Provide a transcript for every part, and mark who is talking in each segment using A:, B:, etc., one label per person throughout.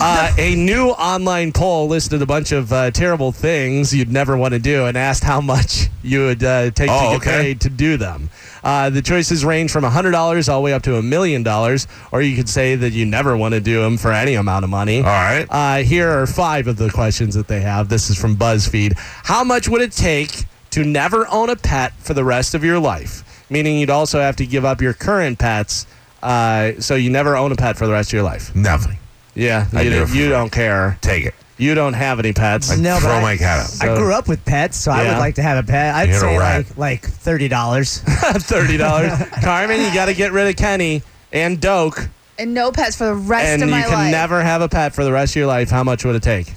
A: Uh, a new online poll listed a bunch of uh, terrible things you'd never want to do and asked how much you would uh, take
B: Oh,
A: to get
B: okay.
A: paid to do them. Uh, the choices range from $100 all the way up to a million dollars, or you could say that you never want to do them for any amount of money.
B: All right.
A: Uh, here are five of the questions that they have. This is from BuzzFeed. How much would it take to never own a pet for the rest of your life? Meaning you'd also have to give up your current pets, uh, so you never own a pet for the rest of your life.
B: Nothing.
A: Yeah,
B: I
A: you,
B: do
A: do
B: it for
A: you don't care.
B: Take it.
A: You don't have any pets.
B: I
C: No, but
B: throw
C: I-
B: my cat up.
C: I
A: So-
C: grew up with pets, so I
A: Yeah.
C: would like to have a pet. I'd
B: You're a
C: say
B: rat.
C: like like thirty dollars.
A: Thirty dollars, Carmen. You got to get rid of Kenny and Doke,
D: And no pets for the rest
A: and
D: of
A: you
D: my
A: can
D: life.
A: never have a pet for the rest of your life. How much would it take?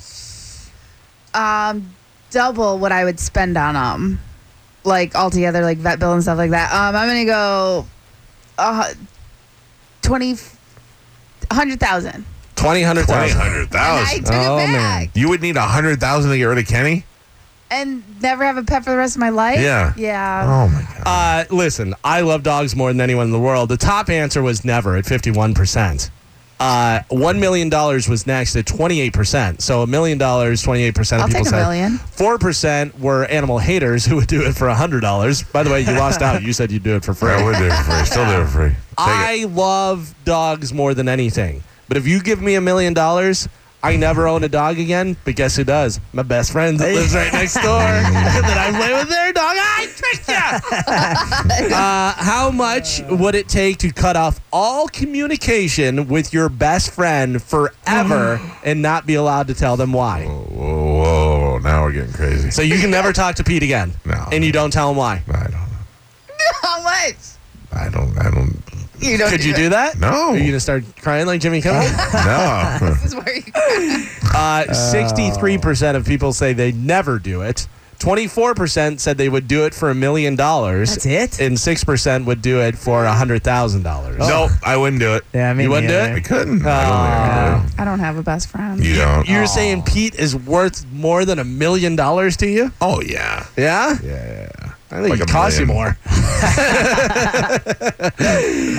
D: um, double what I would spend on them, like altogether, like vet bill and stuff like that. Um, I'm gonna go, uh, twenty, hundred thousand.
A: Twenty hundred
B: Twenty
A: thousand.
B: hundred
D: And I
B: thousand.
D: took
A: Oh,
D: it back
A: man.
B: You would need a hundred thousand to get rid of Kenny.
D: and never have a pet for the rest of my life.
B: Yeah.
D: Yeah.
B: Oh my god.
A: Uh, listen, I love dogs more than anyone in the world. The top answer was never at fifty-one percent. Uh, one million dollars was next at twenty-eight percent. So a million dollars, twenty-eight percent of
D: I'll
A: people
D: take a
A: said
D: million.
A: Four percent were animal haters who would do it for hundred dollars. By the way, you lost out. You said you'd do it for free.
B: I would do it for free. Still do it for free. Take
A: I
B: it.
A: love dogs more than anything. But if you give me a million dollars, I never own a dog again. But guess who does? My best friend that lives right next door. that I play with their dog. I tricked you. uh, how much would it take to cut off all communication with your best friend forever and not be allowed to tell them why?
B: Whoa, whoa, whoa, whoa. Now we're getting crazy.
A: So you can never talk to Pete again,
B: No.
A: and you don't tell him why.
B: I don't know.
D: How much?
B: I don't. I don't.
D: You don't
A: Could
D: do
A: you
D: it.
A: do that?
B: No.
A: Are you gonna start crying like Jimmy Kimmel?
B: No.
D: This is where you.
A: Uh, Sixty-three percent of people say they never do it. Twenty-four percent said they would do it for a million dollars.
C: That's it?
A: And six percent would do it for a hundred thousand dollars.
B: Nope. I wouldn't do it.
C: Yeah, me
A: You wouldn't do it?
B: I couldn't.
A: Aw.
B: I don't think I
D: I don't have a best friend.
B: could. You don't.
A: You're saying Pete is worth more than a million dollars to you?
B: oh yeah.
A: Yeah,
B: Yeah. yeah.
A: I think
B: Like
A: it
B: a
A: costs you
B: million.
A: more.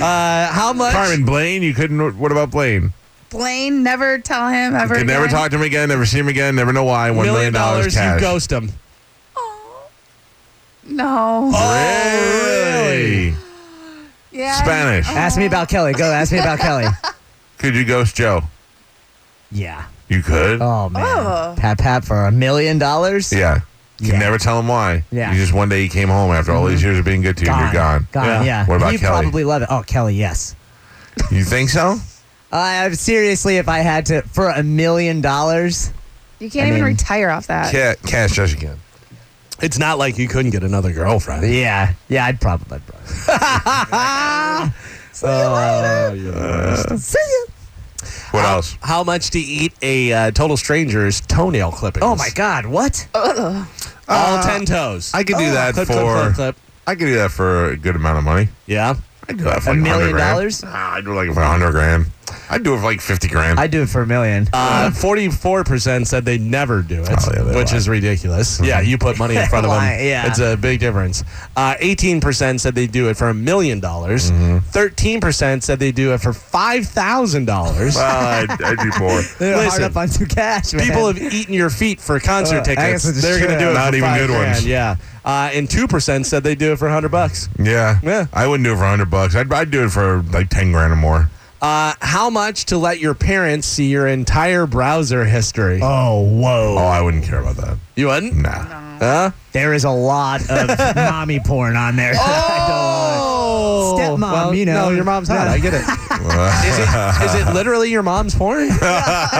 A: uh, how much?
B: Carmen Blaine. You couldn't. What about Blaine?
D: Blaine, never tell him ever.
B: Can never
D: again.
B: talk to him again. Never see him again. Never know why. One
A: million dollars?
B: cash.
A: You ghost him.
D: No.
B: Oh, Really?
D: yeah.
B: Spanish.
C: Ask me about Kelly. Go. Ask me about Kelly.
B: Could you ghost Joe?
C: Yeah.
B: You could.
C: Oh man.
D: Oh.
C: Pat Pat for a million dollars.
B: Yeah. You
C: Yeah.
B: can never tell him why.
C: Yeah.
B: You just one day he came home after all these years of being good to you.
C: Gone.
B: You're gone.
C: Yeah.
A: Yeah.
B: What about
C: you
B: Kelly?
C: probably love it. Oh, Kelly. Yes.
B: You think so?
C: I I'm seriously, if I had to for a million dollars,
D: You can't
C: I
D: even
C: mean-
D: retire off that.
B: Cat, cash just again.
A: It's not like you couldn't get another girlfriend.
C: yeah, yeah, I'd probably. I'd probably.
A: Oh, yeah.
C: See ya.
B: What else?
A: How much to eat a uh, total stranger's toenail clippings?
C: Oh my God, what?
A: All ten toes.
B: I could do that
A: Oh, clip,
B: for.
A: clip, clip, clip.
B: I could do that for a good amount of money.
A: Yeah.
B: I'd do that for
C: A
B: like 100
C: million
B: grand.
C: dollars?
B: Nah, I'd do it like for hundred grand. I'd do it for like fifty grand.
C: I'd do it for a million.
A: Uh, 44% said they never do it,
C: Oh,
B: yeah, they
A: which
B: lie.
A: is ridiculous. Yeah,
C: Mm-hmm.
A: you put money in front of them.
C: Lie, yeah.
A: It's a big difference. Uh, 18% said they do it for a million dollars.
C: Mm-hmm.
A: 13% said they do it for $5,000.
B: well, Uh, I'd, I'd do more.
C: They're hard
A: listen.
C: up on two cash, man.
A: People have eaten your feet for concert
C: Uh, I
A: tickets.
C: guess it's
A: They're going to
C: true.
A: do it
B: Not
A: for
B: even
A: five
B: good
A: grand,
B: ones.
A: Yeah. Uh, and 2% said they do it for 100 bucks.
B: Yeah.
A: Yeah.
B: I wouldn't do it for hundred bucks. I'd, I'd do it for like ten grand or more.
A: Uh, how much to let your parents see your entire browser history?
C: Oh, whoa.
B: Oh, I wouldn't care about that.
A: You
C: mm.
A: wouldn't?
B: Nah.
A: Huh?
C: There is a lot of mommy porn on there.
A: Oh,
C: Stepmom, you know.
A: No, your mom's hot. I get it. Is it, is it literally your mom's porn?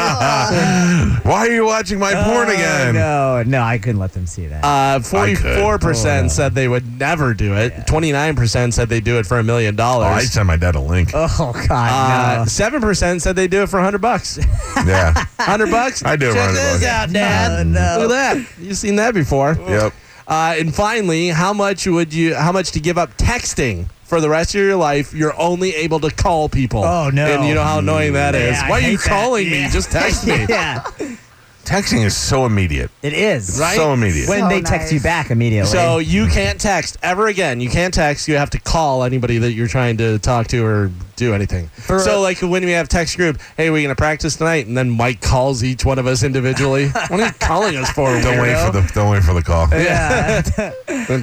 B: Why are you watching my porn again?
C: No, no, I couldn't let them see that.
A: Uh,
B: I could. Oh,
A: 44% said they would never do it. 29% said they'd do it for a million
B: Oh, I'd
A: dollars.
B: send my dad a link.
C: oh God,
A: Uh, 7% said they'd do it for 100 bucks.
B: Yeah.
A: 100 bucks?
B: I'd do it for
A: Check
B: 100
A: this
B: bucks.
A: out,
C: no.
A: Dad.
C: no,
A: Look at that. You've seen that before.
B: Yep.
A: Uh, and finally, how much would you? How much to give up texting for the rest of your life? You're only able to call people.
C: Oh, no.
A: And you know how annoying that is.
C: Yeah, I
A: Why are you
C: hate that.
A: calling me?
C: Yeah.
A: Just text me.
C: yeah,
B: Texting is so immediate.
C: It is.
A: Right?
B: So immediate.
C: When
D: So
C: they text
D: nice.
C: you back immediately. Uh,
A: So you can't text ever again. You can't text. You have to call anybody that you're trying to talk to or do anything.
C: For-
A: so like when we have text group, hey, we're gonna practice tonight, and then Mike calls each one of us individually. what are you calling us for?
B: Don't wait for
A: weirdo?
B: the don't wait for the call.
C: yeah.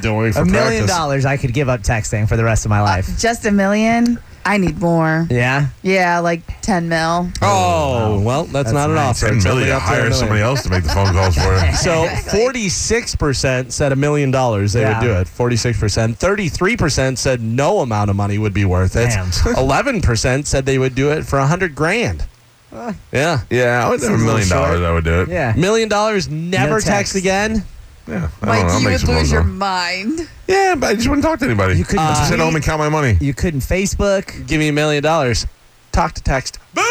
A: Don't wait for
C: a million
A: practice.
C: dollars I could give up texting for the rest of my life.
D: Just a million? I need more.
C: yeah.
D: Yeah, like 10 mil.
A: Oh well, that's, not an offer.
B: Ten
A: It's
B: million
A: only
B: to
A: up to a
B: hire
A: million.
B: somebody else to make the phone calls for you.
A: So
D: Exactly.
A: forty-six percent said a million dollars they
C: Yeah.
A: would do it. Forty-six percent. Thirty-three percent said no amount of money would be worth it.
C: Damn.
A: Eleven percent said they would do it for a hundred grand.
C: Uh.
A: Yeah,
B: Yeah, I would do a
C: Seems a
B: million
C: little
B: dollars. I would do it.
C: Yeah.
A: million dollars. Never
C: text.
A: text. again.
B: yeah. I don't know. I'll
D: Mike, you
B: make
D: would
B: some phone
D: lose your
B: calls.
D: mind.
B: Yeah, but I just wouldn't talk to anybody.
C: You couldn't
B: I'll just sit
C: tweet.
B: home and count my money.
C: You couldn't Facebook.
A: Give me a million dollars. Talk to text. Boom.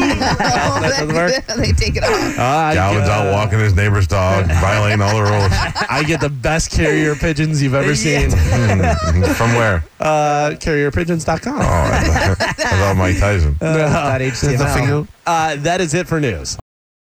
A: doesn't work?
D: they take it off.
A: I,
B: Calvin's
A: get,
B: out walking his neighbor's dog, violating all the rules.
A: I get the best carrier pigeons you've ever
C: Yeah.
A: seen.
B: Mm, From where?
A: Uh, carrierpigeons.com.
B: Oh, I thought, I thought Mike Tyson.
C: Oh, Dot HTML.
A: Uh, that is it for news.